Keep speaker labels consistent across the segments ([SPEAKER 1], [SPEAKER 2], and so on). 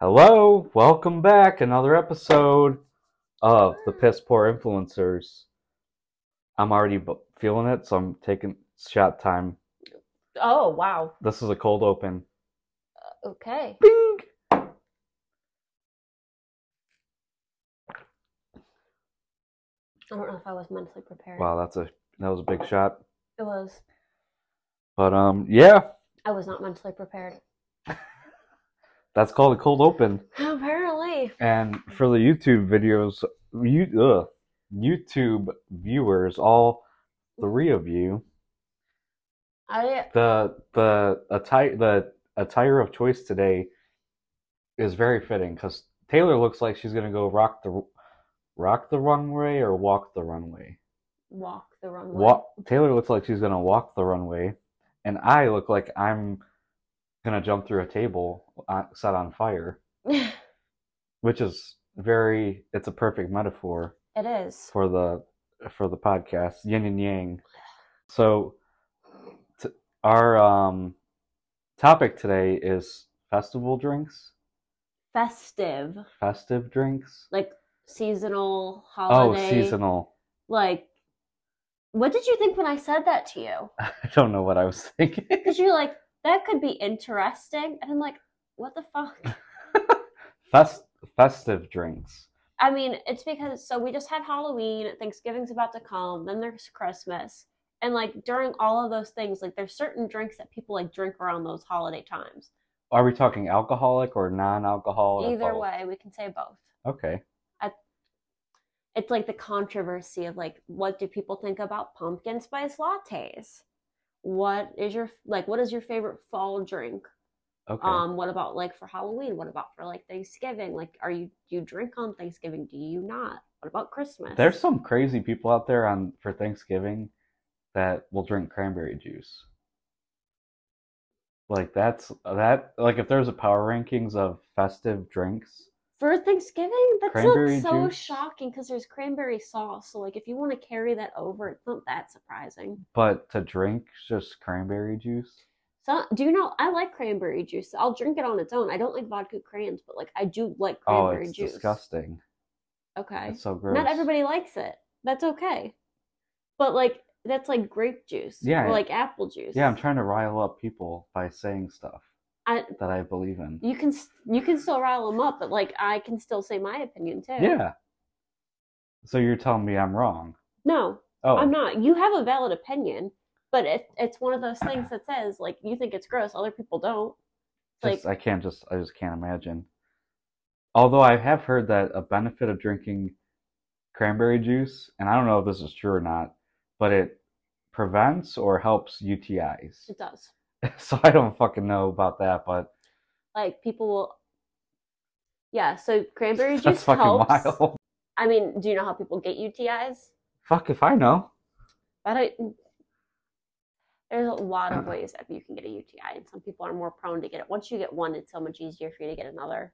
[SPEAKER 1] Hello, welcome back. Another episode of the Piss Poor Influencers. I'm already b- feeling it, so I'm taking shot time.
[SPEAKER 2] Oh wow.
[SPEAKER 1] This is a cold open.
[SPEAKER 2] Okay.
[SPEAKER 1] Bing!
[SPEAKER 2] I don't know if I was mentally prepared.
[SPEAKER 1] Wow, that's a that was a big shot.
[SPEAKER 2] It was.
[SPEAKER 1] But um, yeah,
[SPEAKER 2] I was not mentally prepared.
[SPEAKER 1] that's called a cold open.
[SPEAKER 2] Apparently.
[SPEAKER 1] And for the YouTube videos, you ugh, YouTube viewers, all three of you,
[SPEAKER 2] I
[SPEAKER 1] the the attire the attire of choice today is very fitting because Taylor looks like she's gonna go rock the rock the runway or walk the runway.
[SPEAKER 2] walk the runway.
[SPEAKER 1] Walk, Taylor looks like she's gonna walk the runway, and I look like I'm gonna jump through a table uh, set on fire,
[SPEAKER 2] it
[SPEAKER 1] which is very it's a perfect metaphor
[SPEAKER 2] is.
[SPEAKER 1] for the for the podcast yin and yang so t- our um topic today is festival drinks
[SPEAKER 2] Festive.
[SPEAKER 1] festive drinks
[SPEAKER 2] Like seasonal
[SPEAKER 1] oh
[SPEAKER 2] holiday.
[SPEAKER 1] seasonal
[SPEAKER 2] Like what did you think when I said that to you?
[SPEAKER 1] i don't know what i was thinking
[SPEAKER 2] Because you're like, that could be interesting. And I'm like, what the fuck?
[SPEAKER 1] Fest- festive drinks
[SPEAKER 2] I mean, it's because so we just had Halloween, Thanksgiving's about to come, then there's Christmas. And like during all of those things, like there's certain drinks that people like drink around those holiday times.
[SPEAKER 1] are we talking alcoholic or non-alcoholic or
[SPEAKER 2] Either
[SPEAKER 1] both?
[SPEAKER 2] way, we can say both.
[SPEAKER 1] okay
[SPEAKER 2] It's like the controversy of like what do people think about pumpkin spice lattes? What is your like what is your favorite fall drink?
[SPEAKER 1] okay
[SPEAKER 2] Um what about like for Halloween? What about for like Thanksgiving? Like are you do you drink on Thanksgiving? Do you not? What about Christmas?
[SPEAKER 1] there's some crazy people out there on for thanksgiving that will drink cranberry juice like that's that like if there's a power rankings of festive drinks
[SPEAKER 2] For Thanksgiving? That's
[SPEAKER 1] Cranberry
[SPEAKER 2] like so
[SPEAKER 1] juice.
[SPEAKER 2] shocking because there's cranberry sauce. So like if you want to carry that over, it's not that surprising.
[SPEAKER 1] but to drink just cranberry juice
[SPEAKER 2] So do you know I like cranberry juice. I'll drink it on its own. I don't like vodka crayons, but like I do like
[SPEAKER 1] oh
[SPEAKER 2] cranberry
[SPEAKER 1] it's
[SPEAKER 2] juice.
[SPEAKER 1] disgusting
[SPEAKER 2] Okay.
[SPEAKER 1] it's so gross
[SPEAKER 2] Not everybody likes it. That's okay. But like that's like grape juice.
[SPEAKER 1] Yeah,
[SPEAKER 2] Or
[SPEAKER 1] I-
[SPEAKER 2] like apple juice.
[SPEAKER 1] yeah i'm trying to rile up people by saying stuff
[SPEAKER 2] I-
[SPEAKER 1] that i believe in
[SPEAKER 2] you can s- you can still rile them up, but like I can still say my opinion too.
[SPEAKER 1] yeah so you're telling me i'm wrong
[SPEAKER 2] No,
[SPEAKER 1] oh
[SPEAKER 2] I'm not. You have a valid opinion, but it, it's one of those things that says like you think it's gross, other people don't. It's
[SPEAKER 1] just, I
[SPEAKER 2] like
[SPEAKER 1] can't just I just can't imagine. Although I have heard that a benefit of drinking cranberry juice, and I don't know if this is true or not, but it prevents or helps UTIs.
[SPEAKER 2] it does.
[SPEAKER 1] So I don't fucking know about that, but
[SPEAKER 2] Like people will. Yeah, so cranberry
[SPEAKER 1] that's
[SPEAKER 2] juice
[SPEAKER 1] fucking
[SPEAKER 2] helps.
[SPEAKER 1] wild.
[SPEAKER 2] I mean, do you know how people get UTIs?
[SPEAKER 1] Fuck if I know.
[SPEAKER 2] But I, there's a lot of ways that you can get a UTI, and some people are more prone to get it. Once you get one, it's so much easier for you to get another.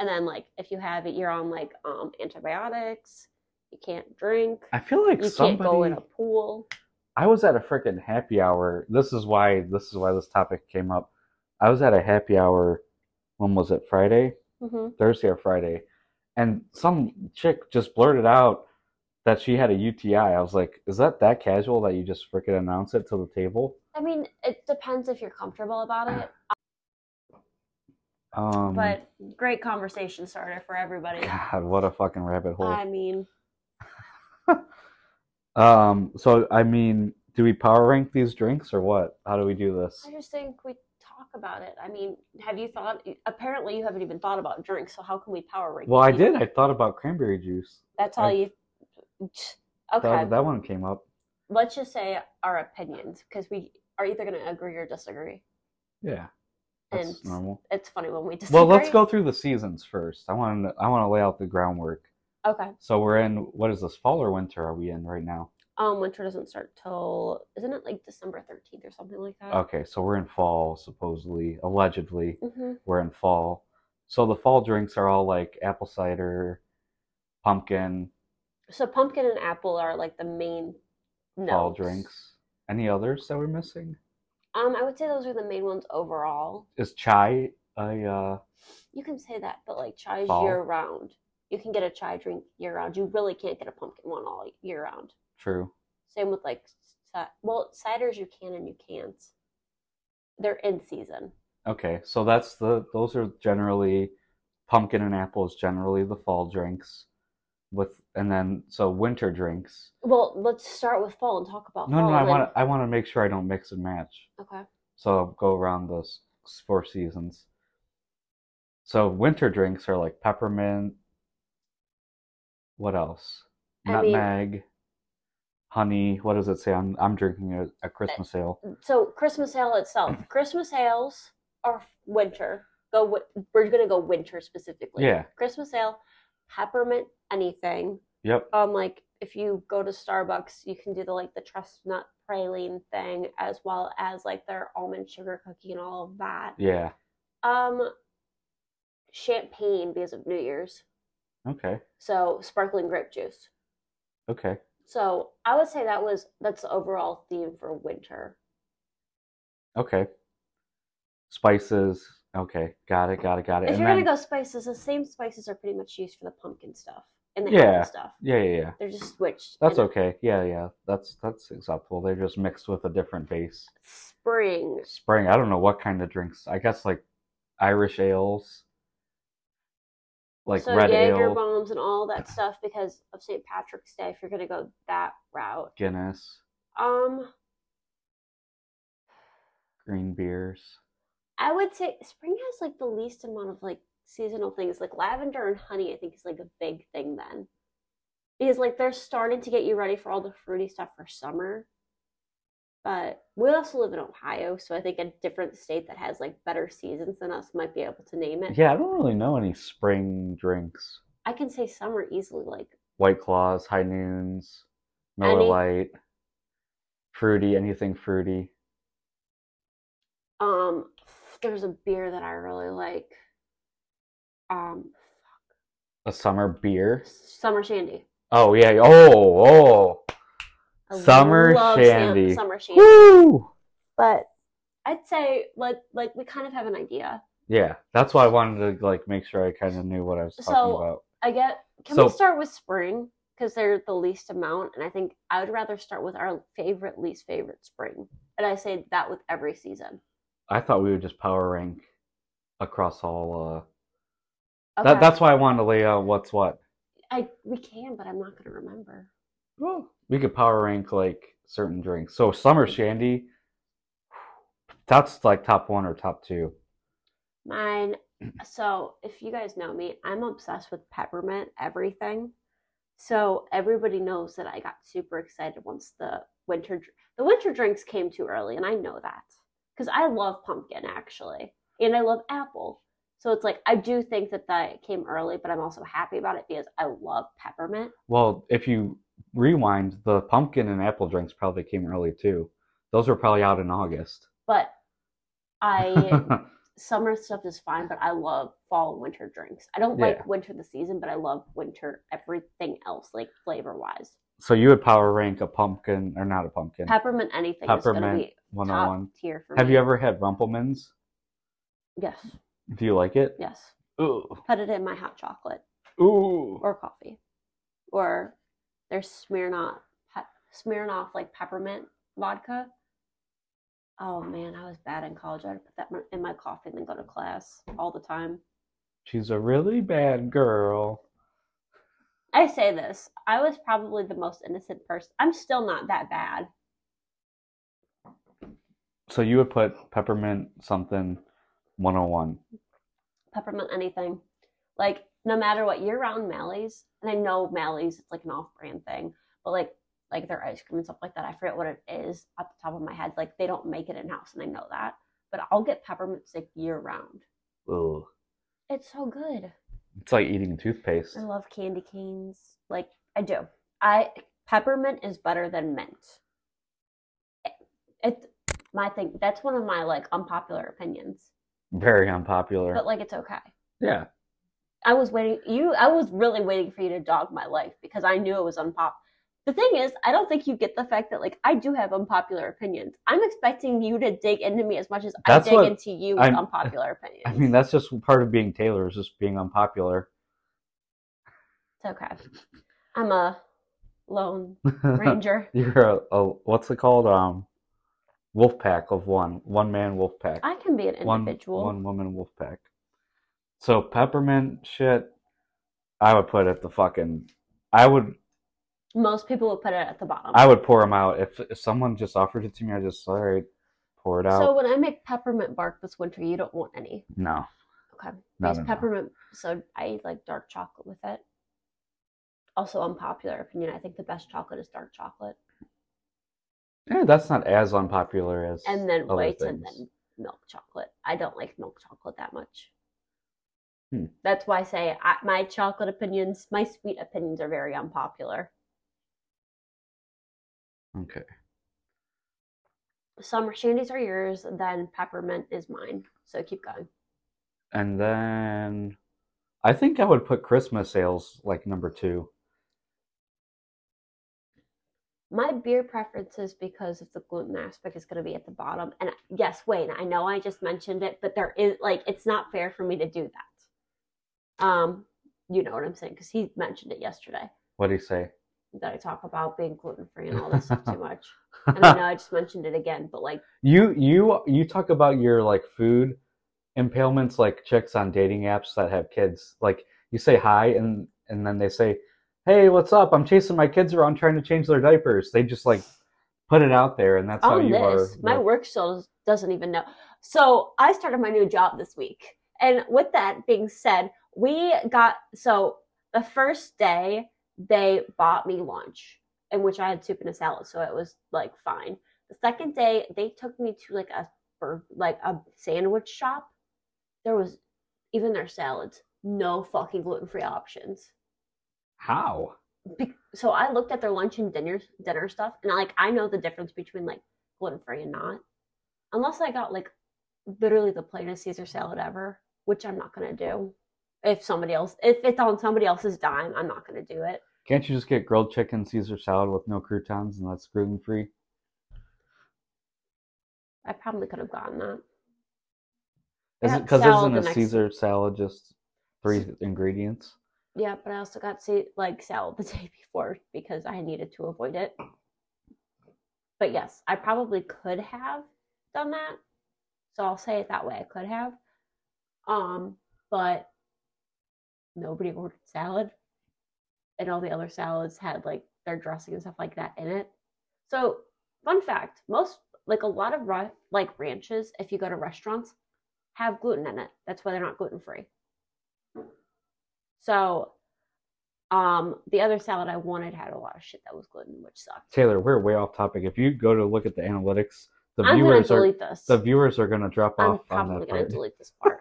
[SPEAKER 2] And then, like, if you have it, you're on like um, antibiotics. You can't drink.
[SPEAKER 1] I feel like
[SPEAKER 2] You can't
[SPEAKER 1] somebody.
[SPEAKER 2] go in a pool.
[SPEAKER 1] I was at a freaking happy hour. This is why this is why this topic came up. I was at a happy hour. When was it? Friday.
[SPEAKER 2] hmm
[SPEAKER 1] Thursday or Friday, and some chick just blurted out that she had a UTI. I was like, is that that casual that you just freaking announce it to the table?
[SPEAKER 2] I mean, it depends if you're comfortable about it,
[SPEAKER 1] Um,
[SPEAKER 2] but great conversation starter for everybody.
[SPEAKER 1] God, what a fucking rabbit hole.
[SPEAKER 2] I mean,
[SPEAKER 1] um, so I mean, do we power rank these drinks or what? How do we do this?
[SPEAKER 2] I just think we talk about it. I mean, have you thought? Apparently, you haven't even thought about drinks, so how can we power rank?
[SPEAKER 1] Well, I
[SPEAKER 2] these?
[SPEAKER 1] did. I thought about cranberry juice.
[SPEAKER 2] That's all
[SPEAKER 1] I-
[SPEAKER 2] you. Okay,
[SPEAKER 1] That, that one came up.
[SPEAKER 2] let's just say our opinions because we are either going to agree or disagree.
[SPEAKER 1] Yeah, that's
[SPEAKER 2] And-
[SPEAKER 1] normal.
[SPEAKER 2] It's funny when we disagree.
[SPEAKER 1] Well, let's go through the seasons first. I want to, I want to lay out the groundwork.
[SPEAKER 2] Okay.
[SPEAKER 1] So we're in what is this fall or winter? Are we in right now?
[SPEAKER 2] Um, winter doesn't start till isn't it like December thirteenth or something like that?
[SPEAKER 1] Okay, so we're in fall, supposedly, allegedly,
[SPEAKER 2] hmm
[SPEAKER 1] we're in fall. So the fall drinks are all like apple cider, pumpkin,
[SPEAKER 2] So pumpkin and apple are like the main. No.
[SPEAKER 1] fall drinks. Any others that we're missing?
[SPEAKER 2] Um, I would say those are the main ones overall.
[SPEAKER 1] Is chai I uh
[SPEAKER 2] You can say that, but like chai is
[SPEAKER 1] Fall.
[SPEAKER 2] year round. You can get a chai drink year round. You really can't get a pumpkin one all year round.
[SPEAKER 1] true.
[SPEAKER 2] Same with like, ci- well, ciders you can and you can't. They're in season.
[SPEAKER 1] Okay, so that's the those are generally pumpkin and apple is generally the fall drinks with and then so winter drinks.
[SPEAKER 2] Well, let's start with fall and talk about
[SPEAKER 1] No,
[SPEAKER 2] fall.
[SPEAKER 1] no, I
[SPEAKER 2] and
[SPEAKER 1] want to I want to make sure I don't mix and match.
[SPEAKER 2] then- Okay.
[SPEAKER 1] So I'll go around those four seasons. So winter drinks are like peppermint. What else?
[SPEAKER 2] I mean-
[SPEAKER 1] Nutmeg, honey. What does it say? I'm I'm drinking a, a Christmas ale.
[SPEAKER 2] So Christmas ale itself. Christmas ales are winter. Go. wi- We're gonna go winter specifically.
[SPEAKER 1] Yeah.
[SPEAKER 2] Christmas ale, peppermint, anything.
[SPEAKER 1] Yep.
[SPEAKER 2] um like if you go to Starbucks, you can do the like the chestnut praline thing as well as like their almond sugar cookie and all of that.
[SPEAKER 1] Yeah.
[SPEAKER 2] Um champagne because of New Year's.
[SPEAKER 1] Okay.
[SPEAKER 2] So sparkling grape juice.
[SPEAKER 1] Okay.
[SPEAKER 2] So I would say that was that's the overall theme for winter.
[SPEAKER 1] Okay. Spices. Okay. Got it. Got it. Got it.
[SPEAKER 2] If
[SPEAKER 1] And
[SPEAKER 2] you're
[SPEAKER 1] then
[SPEAKER 2] gonna go spices, the same spices are pretty much used for the pumpkin stuff and the
[SPEAKER 1] Yeah.
[SPEAKER 2] apple stuff.
[SPEAKER 1] yeah, yeah, yeah.
[SPEAKER 2] They're just switched.
[SPEAKER 1] That's
[SPEAKER 2] and
[SPEAKER 1] okay. Yeah, yeah. That's that's acceptable. They're just mixed with a different base.
[SPEAKER 2] Spring.
[SPEAKER 1] Spring. I don't know what kind of drinks. I guess like Irish ales, like
[SPEAKER 2] so
[SPEAKER 1] red
[SPEAKER 2] Jaeger
[SPEAKER 1] ale,
[SPEAKER 2] bombs and all that stuff because of St. Patrick's Day. If you're gonna go that route,
[SPEAKER 1] Guinness,
[SPEAKER 2] um,
[SPEAKER 1] green beers.
[SPEAKER 2] I would say spring has like the least amount of like seasonal things. Like lavender and honey, I think is like a big thing then, because like they're starting to get you ready for all the fruity stuff for summer. But we also live in Ohio, so I think a different state that has like better seasons than us might be able to name it.
[SPEAKER 1] Yeah, I don't really know any spring drinks.
[SPEAKER 2] I can say summer easily, like
[SPEAKER 1] White Claws, High Noons, Miller
[SPEAKER 2] Any-
[SPEAKER 1] Lite, fruity, anything fruity.
[SPEAKER 2] Um, there's a beer that I really like. Um,
[SPEAKER 1] A summer beer.
[SPEAKER 2] summer shandy.
[SPEAKER 1] Oh yeah. Oh,
[SPEAKER 2] I
[SPEAKER 1] Summer
[SPEAKER 2] love
[SPEAKER 1] shandy.
[SPEAKER 2] summer
[SPEAKER 1] oh.
[SPEAKER 2] shandy.
[SPEAKER 1] Woo!
[SPEAKER 2] But I'd say like like we kind of have an idea.
[SPEAKER 1] Yeah, that's why I wanted to like make sure I kind of knew what I was talking
[SPEAKER 2] So-
[SPEAKER 1] about.
[SPEAKER 2] I get. Can
[SPEAKER 1] So-
[SPEAKER 2] we start with spring because they're the least amount, and I think I would rather start with our favorite, least favorite spring. And I say that with every season.
[SPEAKER 1] I thought we would just power rank across all. Uh,
[SPEAKER 2] Okay.
[SPEAKER 1] that, that's why I wanted to lay out what's what.
[SPEAKER 2] I we can, but I'm not gonna remember.
[SPEAKER 1] We could power rank like certain drinks. So summer shandy, that's like top one or top two.
[SPEAKER 2] Mine. So, if you guys know me, I'm obsessed with peppermint everything. So everybody knows that I got super excited once the winter dr- the winter drinks came too early, and I know that because I love pumpkin actually, and I love apple. So it's like I do think that that came early, but I'm also happy about it because I love peppermint.
[SPEAKER 1] Well, if you rewind, the pumpkin and apple drinks probably came early too. Those were probably out in August.
[SPEAKER 2] But I summer stuff is fine, but I love fall and winter drinks. I don't
[SPEAKER 1] Yeah.
[SPEAKER 2] like winter the season, but I love winter everything else, like flavor wise.
[SPEAKER 1] so you would power rank a pumpkin or not a pumpkin?
[SPEAKER 2] Peppermint anything is gonna
[SPEAKER 1] Peppermint,
[SPEAKER 2] be
[SPEAKER 1] One on
[SPEAKER 2] top
[SPEAKER 1] one.
[SPEAKER 2] tier for
[SPEAKER 1] Have
[SPEAKER 2] me.
[SPEAKER 1] you ever had Rumplemans?
[SPEAKER 2] Yes,
[SPEAKER 1] Do you like it?
[SPEAKER 2] yes.
[SPEAKER 1] Ooh.
[SPEAKER 2] Put it in my hot chocolate
[SPEAKER 1] Ooh.
[SPEAKER 2] or coffee, or there's Smirnoff, pe- Smirnoff like peppermint vodka. Oh man, I was bad in college. I'd put that in my- in my coffee and then go to class all the time.
[SPEAKER 1] She's a really bad girl.
[SPEAKER 2] I say this. I was probably the most innocent person. I'm still not that bad.
[SPEAKER 1] So you would put peppermint something 101.
[SPEAKER 2] peppermint anything. Like no matter what year round Mally's, and I know Mally's it's like an off brand thing, but like like their ice cream and stuff like that. I forget what it is off the top of my head. Like they don't make it in house, and I know that. But I'll get peppermint stick year round.
[SPEAKER 1] Ugh.
[SPEAKER 2] It's so good.
[SPEAKER 1] It's like eating toothpaste.
[SPEAKER 2] I love candy canes. Like I do. I peppermint is better than mint. It, it's my thing. That's one of my like unpopular opinions,
[SPEAKER 1] Very unpopular.
[SPEAKER 2] but like it's okay.
[SPEAKER 1] yeah.
[SPEAKER 2] I was waiting you I was really waiting for you to dog my life because I knew it was unpop the thing is, I don't think you get the fact that like I do have unpopular opinions. I'm expecting you to dig into me as much as
[SPEAKER 1] That's
[SPEAKER 2] I dig
[SPEAKER 1] what
[SPEAKER 2] into you with
[SPEAKER 1] I'm-
[SPEAKER 2] unpopular opinions.
[SPEAKER 1] I mean, that's just part of being Taylor is just being unpopular.
[SPEAKER 2] it's okay. I'm a lone ranger.
[SPEAKER 1] You're a, a what's it called? Um, wolf pack of one, one man wolf pack,
[SPEAKER 2] I can be an
[SPEAKER 1] one
[SPEAKER 2] individual.
[SPEAKER 1] one woman wolf pack. So peppermint shit, I would put at the fucking. I would
[SPEAKER 2] Most people would put it at the bottom.
[SPEAKER 1] I would pour them out if if someone just offered it to me. I just all right, pour it out.
[SPEAKER 2] so when I make peppermint bark this winter, you don't want any.
[SPEAKER 1] no,
[SPEAKER 2] Okay.
[SPEAKER 1] No,
[SPEAKER 2] Use
[SPEAKER 1] no, no.
[SPEAKER 2] peppermint. So I like dark chocolate with it. Also, unpopular opinion. I think the best chocolate is dark chocolate,
[SPEAKER 1] Eh, that's not as unpopular as
[SPEAKER 2] and then
[SPEAKER 1] other
[SPEAKER 2] white, and
[SPEAKER 1] things.
[SPEAKER 2] then milk chocolate. I don't like milk chocolate that much.
[SPEAKER 1] Hmm.
[SPEAKER 2] That's why I say I, my chocolate opinions, my sweet opinions, are very unpopular.
[SPEAKER 1] Okay,
[SPEAKER 2] Summer shandies are yours, then peppermint is mine. So keep going.
[SPEAKER 1] and then I think I would put Christmas sales like number two.
[SPEAKER 2] My beer preferences because of the gluten aspect is going to be at the bottom. And yes, Wayne, I know I just mentioned it, but there is like it's not fair for me to do that. Um, you know what I'm saying because he mentioned it yesterday
[SPEAKER 1] What do you say?
[SPEAKER 2] that I talk about being gluten free and all this stuff too much. And I know I just mentioned it again, but like
[SPEAKER 1] You you you talk about your like food impalements like chicks on dating apps that have kids. Like you say hi and and then they say, "Hey, what's up? I'm chasing my kids around trying to change their diapers." They just like put it out there and that's how
[SPEAKER 2] on
[SPEAKER 1] you are.
[SPEAKER 2] this, Oh, my
[SPEAKER 1] with-
[SPEAKER 2] work still doesn't even know. So I started my new job this week. And with that being said, we got so the first day they bought me lunch, in which I had soup and a salad, so it was like fine. The second day they took me to like a bur- like a sandwich shop. There was even their salads, no fucking gluten free options
[SPEAKER 1] How?
[SPEAKER 2] be- so I looked at their lunch and dinner dinner stuff, and I, like I know the difference between like gluten free and not, unless I got like literally the plainest Caesar salad ever, which I'm not gonna do. If somebody else, if it's on somebody else's dime, I'm not gonna do it.
[SPEAKER 1] Can't you just get grilled chicken Caesar salad with no croutons and that's gluten free?
[SPEAKER 2] I probably could have gotten that.
[SPEAKER 1] Is
[SPEAKER 2] Yeah,
[SPEAKER 1] it because
[SPEAKER 2] salad
[SPEAKER 1] isn't
[SPEAKER 2] the
[SPEAKER 1] a
[SPEAKER 2] next-
[SPEAKER 1] Caesar salad just three ingredients?
[SPEAKER 2] Yeah, but I also got sa- like salad the day before because I needed to avoid it. But yes, I probably could have done that. So I'll say it that way. I could have. Um, but nobody ordered salad. And all the other salads had like their dressing and stuff like that in it. So, fun fact, most like a lot of ra- like ranches, if you go to restaurants, have gluten in it. That's why they're not gluten free. So, um, the other salad I wanted had a lot of shit that was gluten, which sucked.
[SPEAKER 1] Taylor, we're way off topic. If you go to look at the analytics, the
[SPEAKER 2] I'm gonna
[SPEAKER 1] viewers are
[SPEAKER 2] delete this.
[SPEAKER 1] the viewers are gonna drop
[SPEAKER 2] I'm
[SPEAKER 1] off on
[SPEAKER 2] probably
[SPEAKER 1] that
[SPEAKER 2] gonna
[SPEAKER 1] part.
[SPEAKER 2] delete this part.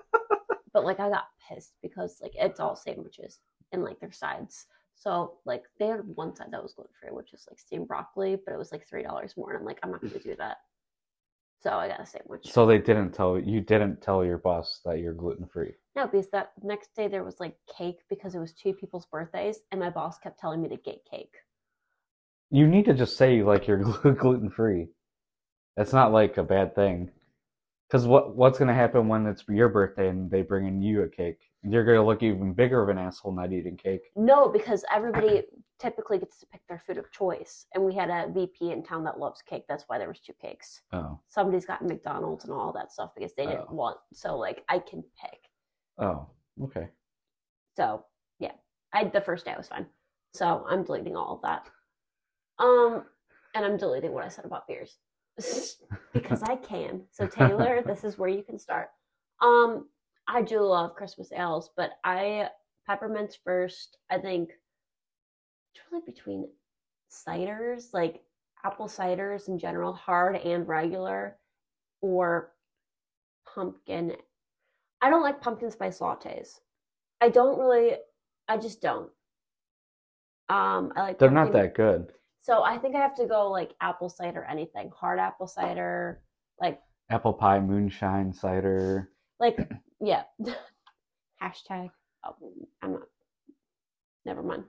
[SPEAKER 2] but like I got pissed because like it's all sandwiches and like their sides. So like they had one side that was gluten free, which is like steamed broccoli, but it was like three dollars more, and I'm like, I'm not gonna do that. So I got a sandwich.
[SPEAKER 1] So they didn't tell you didn't tell your boss that you're gluten free.
[SPEAKER 2] no, because that next day there was like cake because it was two people's birthdays, and my boss kept telling me to get cake.
[SPEAKER 1] You need to just say like you're gluten free. It's not like a bad thing. Cause what what's gonna happen when it's your birthday and they bring in you a cake? You're gonna look even bigger of an asshole not eating cake.
[SPEAKER 2] No, because everybody typically gets to pick their food of choice, and we had a VP in town that loves cake. That's why there was two cakes.
[SPEAKER 1] Oh,
[SPEAKER 2] somebody's got McDonald's and all that stuff because they didn't
[SPEAKER 1] Oh.
[SPEAKER 2] want. So like I can pick.
[SPEAKER 1] oh, okay.
[SPEAKER 2] So yeah, I the first day I was fine. So I'm deleting all of that. Um, and I'm deleting what I said about beers because I can. So Taylor, this is where you can start. Um, I do love Christmas ales, but I peppermints first. I think it's really between ciders, like apple ciders in general, hard and regular, or pumpkin. I don't like pumpkin spice lattes. I don't really. I just don't. Um, I like
[SPEAKER 1] They're not
[SPEAKER 2] pumpkin-
[SPEAKER 1] that good.
[SPEAKER 2] so I think I have to go like apple cider, anything hard apple cider, like
[SPEAKER 1] Apple pie, moonshine, cider.
[SPEAKER 2] like yeah. Hashtag. Oh, I'm not. Never mind.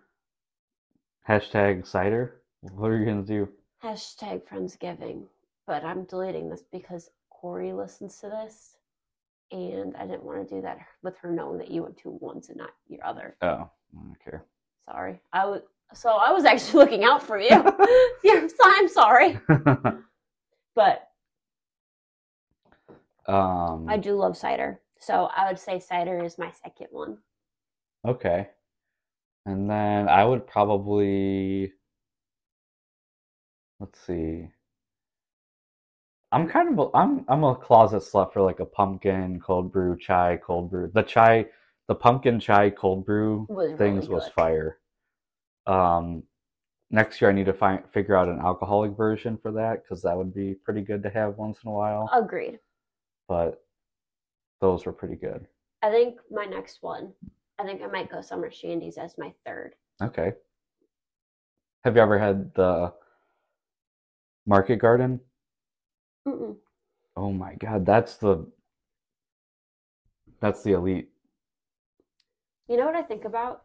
[SPEAKER 1] Hashtag cider. What are you gonna do?
[SPEAKER 2] Hashtag Friendsgiving. But I'm deleting this because Corey listens to this. And I didn't want to do that with her knowing that you went to once and not your other.
[SPEAKER 1] Oh, I don't care.
[SPEAKER 2] Sorry. I was so I was actually looking out for you. yeah, I'm so- I'm sorry. But
[SPEAKER 1] um,
[SPEAKER 2] I do love cider. So I would say cider is my second one.
[SPEAKER 1] Okay. And then I would probably, let's see. I'm kind of a, I'm I'm a closet slut for like a pumpkin cold brew chai cold brew. The chai, the pumpkin chai cold brew
[SPEAKER 2] Was really
[SPEAKER 1] things was
[SPEAKER 2] good.
[SPEAKER 1] fire. Um, next year I need to find figure out an alcoholic version for that because that would be pretty good to have once in a while.
[SPEAKER 2] Agreed.
[SPEAKER 1] But those were pretty good.
[SPEAKER 2] I think my next one, I think I might go Summer Shandy's as my third.
[SPEAKER 1] Okay. Have you ever had the market garden?
[SPEAKER 2] Mm-mm.
[SPEAKER 1] Oh my God, that's the that's the elite.
[SPEAKER 2] You know what I think about?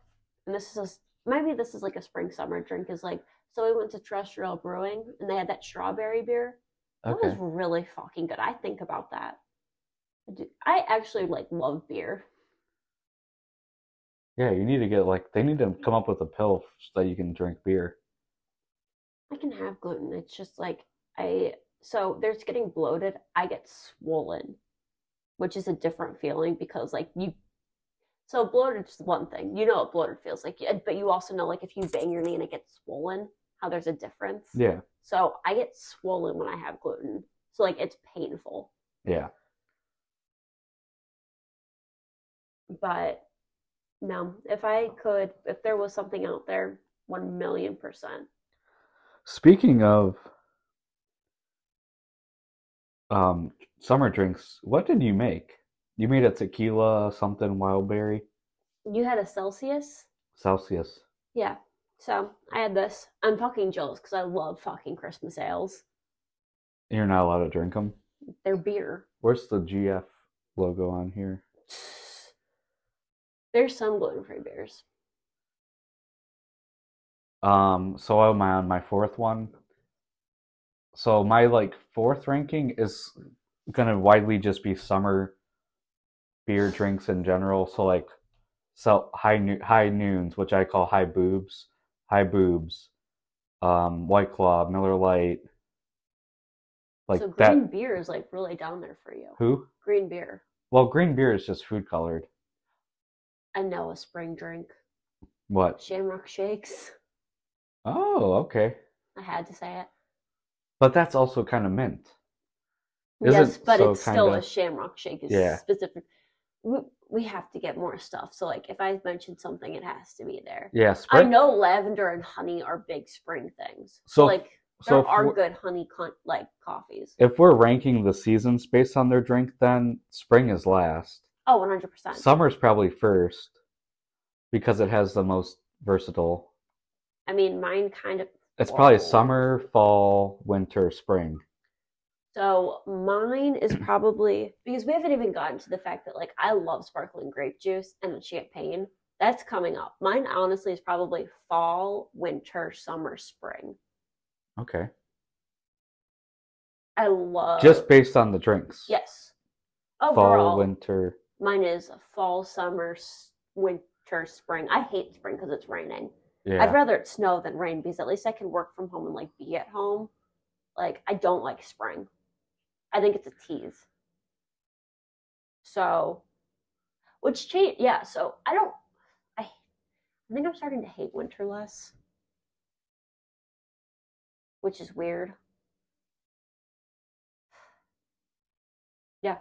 [SPEAKER 2] And this is a s maybe this is like a spring summer drink is like, so we went to Terrestrial Brewing and they had that strawberry beer. That was
[SPEAKER 1] Okay.
[SPEAKER 2] really fucking good. I think about that. I do- I actually like love beer.
[SPEAKER 1] Yeah, you need to get like they need to come up with a pill so that you can drink beer.
[SPEAKER 2] I can have gluten. It's just like I so there's getting bloated. I get swollen, which is a different feeling because like you. So bloated is one thing. You know what bloated feels like, yeah, but you also know like if you bang your knee and it gets swollen, how there's a difference.
[SPEAKER 1] Yeah.
[SPEAKER 2] So I get swollen when I have gluten. So like it's painful,
[SPEAKER 1] Yeah.
[SPEAKER 2] but no. If I could, if there was something out there, one million percent.
[SPEAKER 1] Speaking of um summer drinks, what did you make? You made a tequila something wild berry
[SPEAKER 2] You had a Celsius.
[SPEAKER 1] Celsius.
[SPEAKER 2] Yeah. So I had this. I'm fucking jealous because I love fucking Christmas ales.
[SPEAKER 1] You're not allowed to drink them.
[SPEAKER 2] They're beer.
[SPEAKER 1] Where's the GF logo on here?
[SPEAKER 2] There's some gluten free beers.
[SPEAKER 1] Um, so am I on my fourth one? So my like fourth ranking is gonna widely just be summer beer drinks in general. So like so high no high noons, which I call high boobs, high boobs, um, White Claw, Miller Lite, like
[SPEAKER 2] so
[SPEAKER 1] that.
[SPEAKER 2] green beer is like really down there for you.
[SPEAKER 1] Who?
[SPEAKER 2] Green beer.
[SPEAKER 1] Well, green beer is just food colored.
[SPEAKER 2] I know a spring drink.
[SPEAKER 1] What?
[SPEAKER 2] Shamrock shakes.
[SPEAKER 1] Oh, okay.
[SPEAKER 2] I had to say it.
[SPEAKER 1] But that's also kind of mint. Is
[SPEAKER 2] yes,
[SPEAKER 1] it
[SPEAKER 2] but
[SPEAKER 1] so
[SPEAKER 2] it's still a
[SPEAKER 1] kinda-
[SPEAKER 2] shamrock shake. Is
[SPEAKER 1] Yeah.
[SPEAKER 2] specific. We, we have to get more stuff. So like if I mentioned something, it has to be there.
[SPEAKER 1] Yeah,
[SPEAKER 2] I
[SPEAKER 1] spring.
[SPEAKER 2] know lavender and honey are big spring things.
[SPEAKER 1] So-
[SPEAKER 2] like
[SPEAKER 1] So
[SPEAKER 2] there
[SPEAKER 1] if
[SPEAKER 2] are
[SPEAKER 1] we're-
[SPEAKER 2] good honey con- like coffees.
[SPEAKER 1] if we're ranking the seasons based on their drink, then spring is last.
[SPEAKER 2] Oh, 100%.
[SPEAKER 1] Summer's probably first because it has the most versatile.
[SPEAKER 2] I mean, mine kind of.
[SPEAKER 1] It's probably
[SPEAKER 2] Whoa.
[SPEAKER 1] summer, fall, winter, spring.
[SPEAKER 2] So mine is probably because we haven't even gotten to the fact that like I love sparkling grape juice and champagne. That's coming up. Mine honestly is probably fall, winter, summer, spring.
[SPEAKER 1] Okay.
[SPEAKER 2] I love
[SPEAKER 1] Just based on the drinks.
[SPEAKER 2] yes.
[SPEAKER 1] Fall,
[SPEAKER 2] Uh, Overall,
[SPEAKER 1] winter.
[SPEAKER 2] mine is fall, summer, s- winter, spring. I hate spring because it's raining. I'd
[SPEAKER 1] Yeah.
[SPEAKER 2] rather it snow than rain because at least I can work from home and like be at home. Like I don't like spring. I think it's a tease. So, which change? Yeah. So I don't. I I think I'm starting to hate winter less, which is weird. Yeah.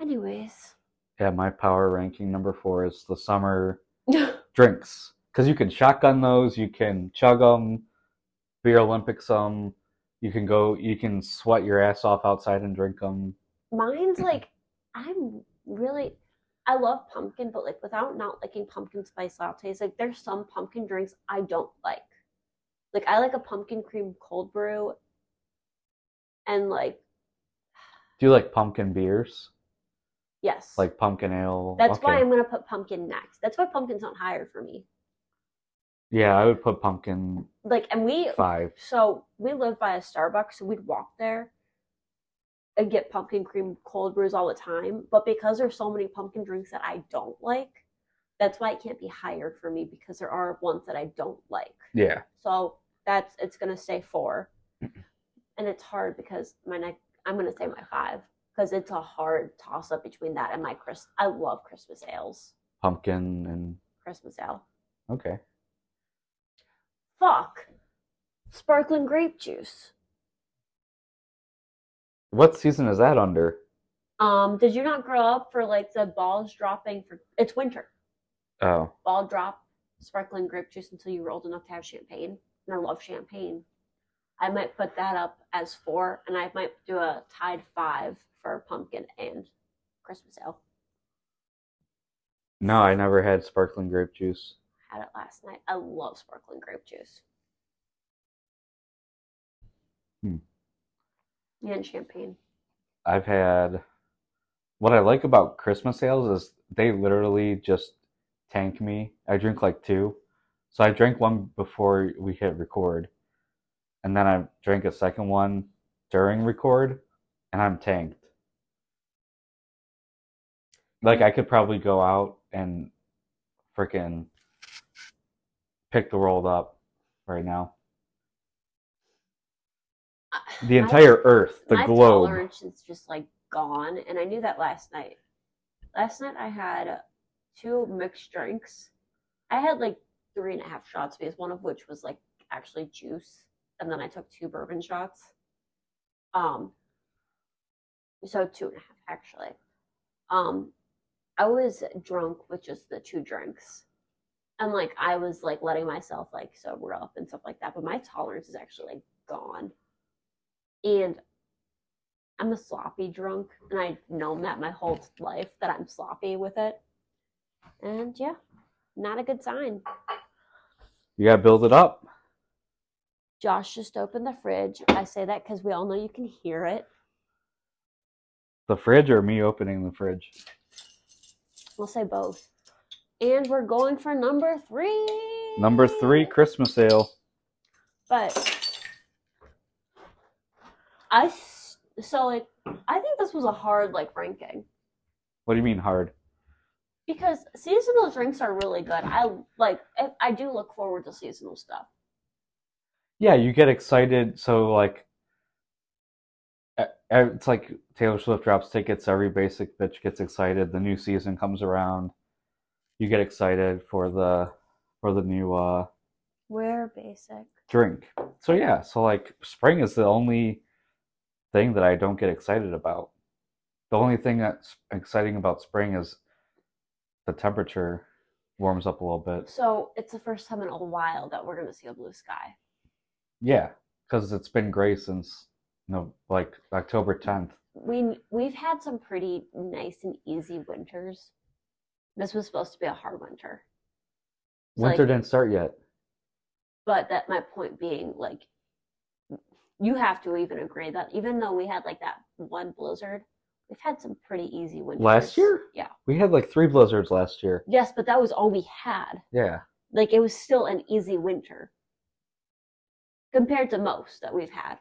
[SPEAKER 2] Anyways.
[SPEAKER 1] Yeah, my power ranking number four is the summer drinks because you can shotgun those, you can chug them, beer Olympics them, you can go, you can sweat your ass off outside and drink them.
[SPEAKER 2] mine's
[SPEAKER 1] Mm-hmm.
[SPEAKER 2] like I'm really I love pumpkin, but like without not liking pumpkin spice lattes, like there's some pumpkin drinks I don't like. Like I like a pumpkin cream cold brew and like
[SPEAKER 1] Do you like pumpkin beers?
[SPEAKER 2] yes.
[SPEAKER 1] Like pumpkin ale.
[SPEAKER 2] that's why
[SPEAKER 1] Okay.
[SPEAKER 2] I'm gonna put pumpkin next. That's why pumpkin's not higher for me.
[SPEAKER 1] Yeah, I would put pumpkin
[SPEAKER 2] Like, and we
[SPEAKER 1] five.
[SPEAKER 2] So we lived by a Starbucks, so we'd walk there and get pumpkin cream cold brews all the time. But because there's so many pumpkin drinks that I don't like, that's why it can't be higher for me because there are ones that I don't like.
[SPEAKER 1] Yeah.
[SPEAKER 2] So that's it's gonna stay four, and it's hard because my neck. I'm gonna say my five because it's a hard toss up between that and my Chris. I love Christmas ales.
[SPEAKER 1] Pumpkin and
[SPEAKER 2] Christmas ale.
[SPEAKER 1] okay.
[SPEAKER 2] Fuck. Sparkling grape juice.
[SPEAKER 1] What season is that under?
[SPEAKER 2] Um, did you not grow up for like the balls dropping for it's winter.
[SPEAKER 1] Oh.
[SPEAKER 2] Ball drop sparkling grape juice until you're old enough to have champagne. And I love champagne. I might put that up as four and I might do a tied five for pumpkin and Christmas ale.
[SPEAKER 1] No, I never had sparkling grape juice.
[SPEAKER 2] Had it last night. I love sparkling grape juice.
[SPEAKER 1] Hmm.
[SPEAKER 2] And champagne.
[SPEAKER 1] I've had what I like about Christmas ales is they literally just tank me. I drink like two. So I drank one before we hit record. And then I drank a second one during record and I'm tanked. Like I could probably go out and freaking pick the world up right now. The
[SPEAKER 2] I-
[SPEAKER 1] entire earth, the
[SPEAKER 2] my
[SPEAKER 1] globe.
[SPEAKER 2] tolerance is just like gone, and I knew that last night. Last night I had two mixed drinks. I had like three and a half shots because one of which was like actually juice, and then I took two bourbon shots. Um, so two and a half actually. Um, I was drunk with just the two drinks. And like I was like letting myself like sober up and stuff like that, but my tolerance is actually like gone. And I'm a sloppy drunk, and I've known that my whole life that I'm sloppy with it. And yeah, not a good sign.
[SPEAKER 1] You gotta build it up.
[SPEAKER 2] Josh just opened the fridge. I say that because we all know you can hear it.
[SPEAKER 1] The fridge or me opening the fridge?
[SPEAKER 2] We'll say both. And we're going for number three.
[SPEAKER 1] Number three, Christmas ale.
[SPEAKER 2] But I s- so like I think this was a hard like ranking.
[SPEAKER 1] What do you mean hard?
[SPEAKER 2] because seasonal drinks are really good. I like I, I do look forward to seasonal stuff.
[SPEAKER 1] Yeah, you get excited. So like, e- e- it's like Taylor Swift drops tickets. Every basic bitch gets excited. The new season comes around. You get excited for the for the new uh,
[SPEAKER 2] We're basic.
[SPEAKER 1] drink. So yeah, so like spring is the only thing that I don't get excited about. The only thing that's exciting about spring is the temperature warms up a little bit.
[SPEAKER 2] So it's the first time in a while that we're gonna see a blue sky.
[SPEAKER 1] Yeah, because it's been gray since no, like October 10th.
[SPEAKER 2] We we've had some pretty nice and easy winters. This was supposed to be a hard winter, It's
[SPEAKER 1] Winter
[SPEAKER 2] like-
[SPEAKER 1] didn't start yet.
[SPEAKER 2] but that my point being like you have to even agree that even though we had like that one blizzard, we've had some pretty easy winters
[SPEAKER 1] Last year?
[SPEAKER 2] Yeah.
[SPEAKER 1] We had like three blizzards last year.
[SPEAKER 2] Yes, but that was all we had.
[SPEAKER 1] Yeah.
[SPEAKER 2] like it was still an easy winter compared to most that we've had.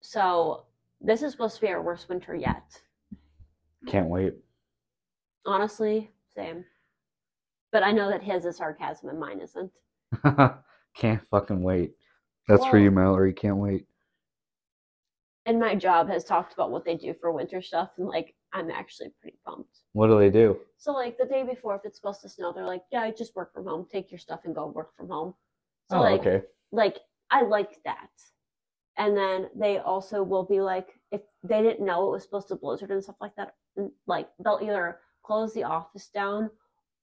[SPEAKER 2] So this is supposed to be our worst winter yet.
[SPEAKER 1] Can't wait.
[SPEAKER 2] Honestly, same. But I know that his is sarcasm and mine isn't.
[SPEAKER 1] Can't fucking wait. That's for
[SPEAKER 2] Well-
[SPEAKER 1] you, Mallory. Can't wait.
[SPEAKER 2] And my job has talked about what they do for winter stuff, and like I'm actually pretty pumped.
[SPEAKER 1] What do they do?
[SPEAKER 2] So like the day before, if it's supposed to snow, they're like, "Yeah, I just work from home. Take your stuff and go work from home." So
[SPEAKER 1] oh,
[SPEAKER 2] like
[SPEAKER 1] okay.
[SPEAKER 2] like I liked that. And then they also will be like, if they didn't know it was supposed to blizzard and stuff like that, n- like they'll either close the office down,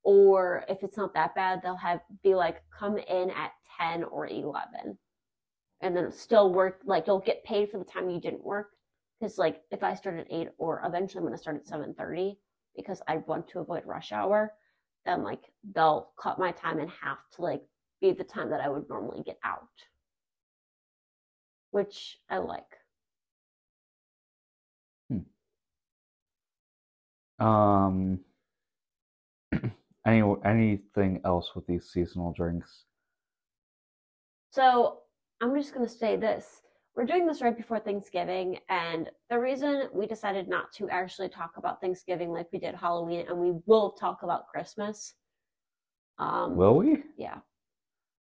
[SPEAKER 2] or if it's not that bad, they'll have be like, come in at ten or eleven, and then still work. Like you'll get paid for the time you didn't work, because like if I start at eight, or eventually I'm gonna start at seven thirty, because I want to avoid rush hour. Then like they'll cut my time in half to like be the time that I would normally get out, which I like.
[SPEAKER 1] Um, Any anything else with these seasonal drinks?
[SPEAKER 2] So I'm just going to say this. We're doing this right before Thanksgiving, and the reason we decided not to actually talk about Thanksgiving like we did Halloween, and we will talk about Christmas. Um,
[SPEAKER 1] Will we?
[SPEAKER 2] yeah.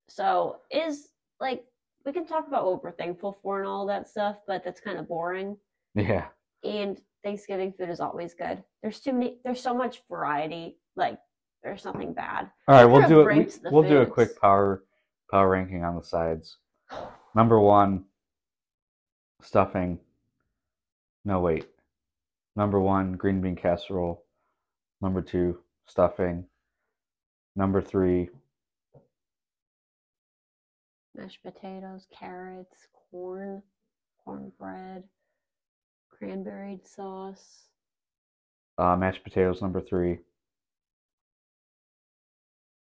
[SPEAKER 2] So is like we can talk about what we're thankful for and all that stuff, but that's kind of boring.
[SPEAKER 1] Yeah.
[SPEAKER 2] And Thanksgiving food is always good. There's too many. There's so much variety. Like there's nothing bad.
[SPEAKER 1] All right, we'll
[SPEAKER 2] kinda
[SPEAKER 1] do it.
[SPEAKER 2] breaks the
[SPEAKER 1] We, will do a
[SPEAKER 2] foods.
[SPEAKER 1] quick power power ranking on the sides. Number one, stuffing. No wait. Number one, green bean casserole. Number two, stuffing. Number three,
[SPEAKER 2] Mashed potatoes, carrots, corn, cornbread, cranberry sauce.
[SPEAKER 1] uh, mashed potatoes. Number three.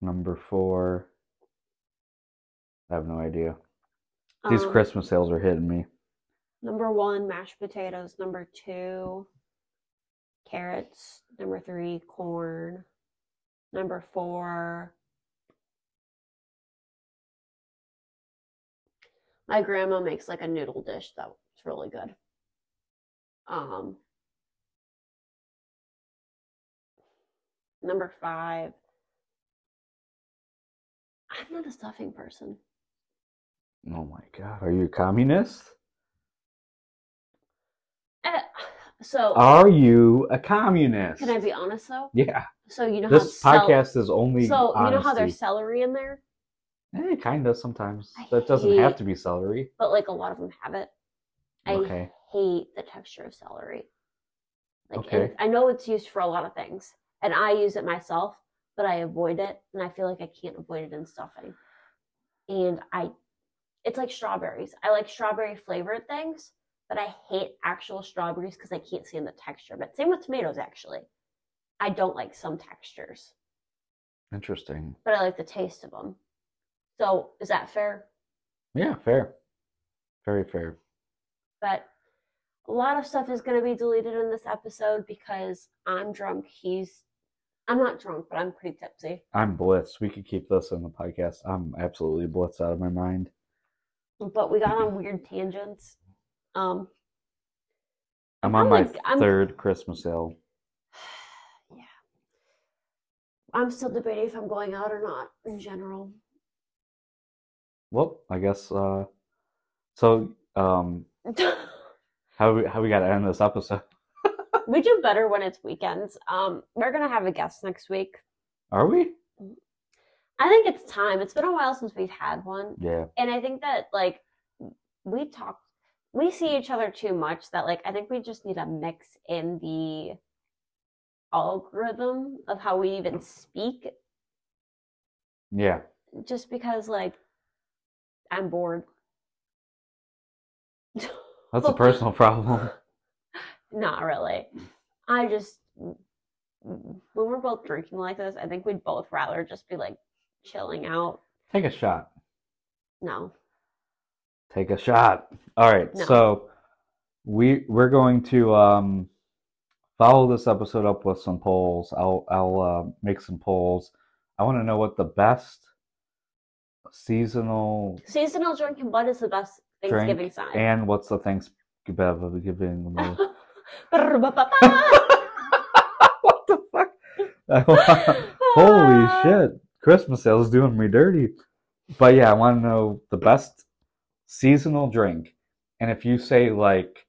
[SPEAKER 1] Number four. I have no idea. These
[SPEAKER 2] um,
[SPEAKER 1] Christmas sales are hitting me.
[SPEAKER 2] Number one, mashed potatoes. Number two, carrots. Number three, corn. Number four, my grandma makes like a noodle dish that's really good. Um, number five, I'm not a stuffing person.
[SPEAKER 1] Oh my god, are you a communist?
[SPEAKER 2] Eh, So,
[SPEAKER 1] Are you a communist?
[SPEAKER 2] can I be honest though?
[SPEAKER 1] Yeah,
[SPEAKER 2] So, you know how
[SPEAKER 1] this
[SPEAKER 2] cel-
[SPEAKER 1] podcast is only
[SPEAKER 2] So you know how there's
[SPEAKER 1] honesty.
[SPEAKER 2] celery in there,
[SPEAKER 1] Eh, kind of sometimes.
[SPEAKER 2] I
[SPEAKER 1] that doesn't have
[SPEAKER 2] hate-
[SPEAKER 1] to be celery.
[SPEAKER 2] but like a lot of them have it. I
[SPEAKER 1] Okay.
[SPEAKER 2] hate the texture of celery. Like
[SPEAKER 1] Okay.
[SPEAKER 2] it, I know it's used for a lot of things, and I use it myself, but I avoid it, and I feel like I can't avoid it in stuffing. And I, it's like strawberries. I like strawberry flavored things, but I hate actual strawberries because I can't stand the texture. But same with tomatoes, actually. I don't like some textures,
[SPEAKER 1] Interesting.
[SPEAKER 2] but I like the taste of them. So is that fair?
[SPEAKER 1] Yeah, fair. Very fair.
[SPEAKER 2] but a lot of stuff is going to be deleted in this episode because I'm drunk. He's, I'm not drunk, but I'm pretty tipsy.
[SPEAKER 1] I'm blitzed. We could keep this in the podcast. I'm absolutely blitzed out of my mind.
[SPEAKER 2] But we got on weird tangents. Um,
[SPEAKER 1] I'm on my
[SPEAKER 2] probably- I'm-
[SPEAKER 1] 3rd Christmas sale.
[SPEAKER 2] I'm still debating if I'm going out or not in general.
[SPEAKER 1] Well, I guess uh so um how we how we gotta end this episode.
[SPEAKER 2] we do better when it's weekends. Um, we're gonna have a guest next week.
[SPEAKER 1] Are we?
[SPEAKER 2] I think it's time. It's been a while since we've had one,
[SPEAKER 1] Yeah.
[SPEAKER 2] and I think that like we talk, we see each other too much. That like I think we just need a mix in the algorithm of how we even speak
[SPEAKER 1] Yeah.
[SPEAKER 2] just because like I'm bored.
[SPEAKER 1] That's a personal problem.
[SPEAKER 2] Not really. I just when we're both drinking like this, I think we'd both rather just be like chilling out.
[SPEAKER 1] Take a shot.
[SPEAKER 2] No.
[SPEAKER 1] Take a shot. All right.
[SPEAKER 2] No.
[SPEAKER 1] So we we're going to um, follow this episode up with some polls. I'll I'll uh, make some polls. I want to know what the best seasonal
[SPEAKER 2] Seasonal drinking blood is the best
[SPEAKER 1] Drink
[SPEAKER 2] Thanksgiving sign.
[SPEAKER 1] and what's the Thanksgiving. what the fuck? I wa- Holy shit. Christmas sales doing me dirty. But yeah, I want to know the best seasonal drink. And if you say like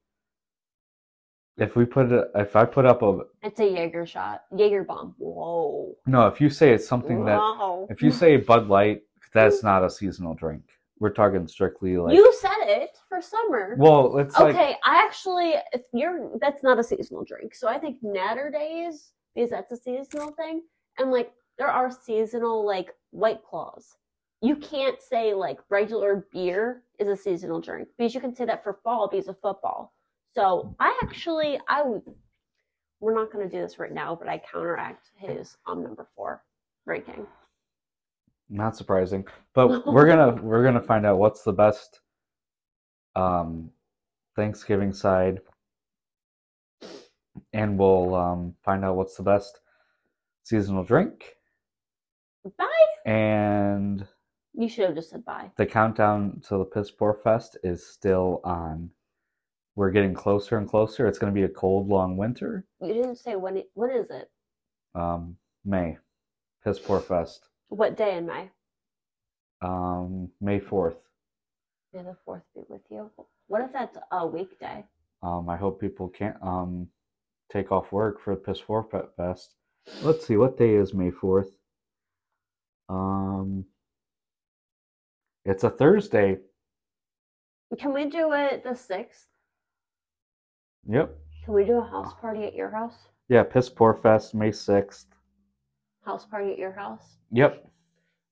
[SPEAKER 1] if we put a, if I put up a
[SPEAKER 2] It's a Jaeger shot. Jaeger bomb. Whoa.
[SPEAKER 1] no, if you say it's something that
[SPEAKER 2] Wow.
[SPEAKER 1] if you say Bud Light, that's not a seasonal drink. We're talking strictly like
[SPEAKER 2] You said it for summer.
[SPEAKER 1] Well, it's
[SPEAKER 2] okay,
[SPEAKER 1] like
[SPEAKER 2] I actually if you're that's not a seasonal drink. So I think Natter Days because that's a seasonal thing. And like there are seasonal like white claws. You can't say like regular beer is a seasonal drink because you can say that for fall because of football. So I actually I would we're not gonna do this right now, but I counteract his um number four ranking.
[SPEAKER 1] not surprising. But we're going to we're going to find out what's the best um Thanksgiving side and we'll um, find out what's the best seasonal drink
[SPEAKER 2] Bye.
[SPEAKER 1] And
[SPEAKER 2] You should have just said bye.
[SPEAKER 1] the countdown to the Piss Poor Fest is still on. We're getting closer and closer. It's going to be a cold, long winter.
[SPEAKER 2] You didn't say when. It, when is it?
[SPEAKER 1] Um, May, Piss Poor Fest,
[SPEAKER 2] What day in May?
[SPEAKER 1] um, May 4th.
[SPEAKER 2] May the fourth be with you. What if that's a weekday?
[SPEAKER 1] Um, I hope people can't um, take off work for Piss Poor Fe- Fest. Let's see, what day is May 4th? Um, it's a Thursday.
[SPEAKER 2] Can we do it the sixth?
[SPEAKER 1] Yep.
[SPEAKER 2] Can we do a house party at your house?
[SPEAKER 1] Yeah, Piss Poor Fest, May 6th.
[SPEAKER 2] House party at your house.
[SPEAKER 1] Yep.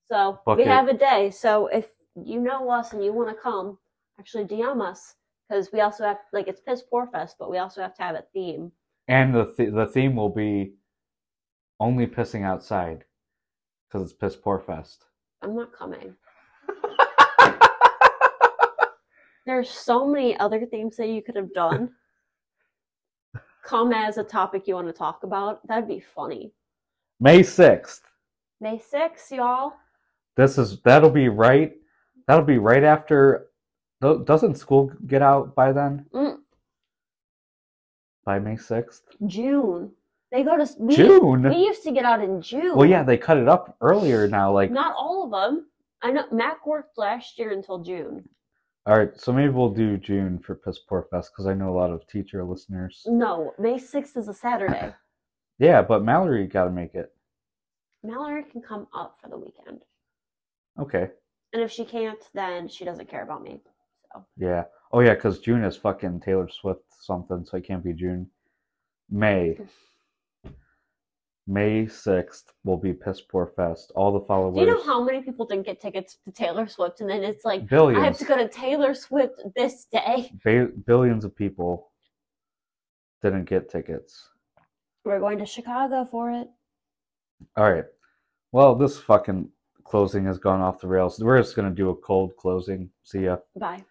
[SPEAKER 2] So
[SPEAKER 1] Book it.
[SPEAKER 2] we have a day. So if you know us and you want to come, actually DM us because we also have like it's piss poor fest, but we also have to have a theme.
[SPEAKER 1] And the, th- the theme will be only pissing outside because it's Piss Poor Fest.
[SPEAKER 2] I'm not coming. There's so many other things that you could have done. Come as a topic you want to talk about. That'd be funny.
[SPEAKER 1] May 6th.
[SPEAKER 2] May 6th, y'all.
[SPEAKER 1] This is that'll be right. That'll be right after. tho- Doesn't school get out by then?
[SPEAKER 2] Mm.
[SPEAKER 1] By May sixth,
[SPEAKER 2] June. They go to s- we, We
[SPEAKER 1] June.
[SPEAKER 2] used to get out in June.
[SPEAKER 1] Well, yeah, they cut it up earlier now. Like,
[SPEAKER 2] Not all of them. I know Mac worked last year until June.
[SPEAKER 1] all right, so maybe we'll do June for Piss Poor Fest because I know a lot of teacher listeners.
[SPEAKER 2] No, May 6th is a Saturday.
[SPEAKER 1] Yeah, but Mallory got to make it.
[SPEAKER 2] Mallory can come up for the weekend.
[SPEAKER 1] Okay.
[SPEAKER 2] And if she can't, then she doesn't care about me. So
[SPEAKER 1] Yeah. Oh yeah, because June is fucking Taylor Swift something, so it can't be June. May. May sixth will be Piss Poor Fest. All the followers.
[SPEAKER 2] do you know how many people didn't get tickets to Taylor Swift and then it's like
[SPEAKER 1] billions.
[SPEAKER 2] I have to go to Taylor Swift this day.
[SPEAKER 1] ba- billions of people didn't get tickets.
[SPEAKER 2] We're going to Chicago for it.
[SPEAKER 1] All right. Well, this fucking closing has gone off the rails. We're just gonna do a cold closing. See ya.
[SPEAKER 2] Bye.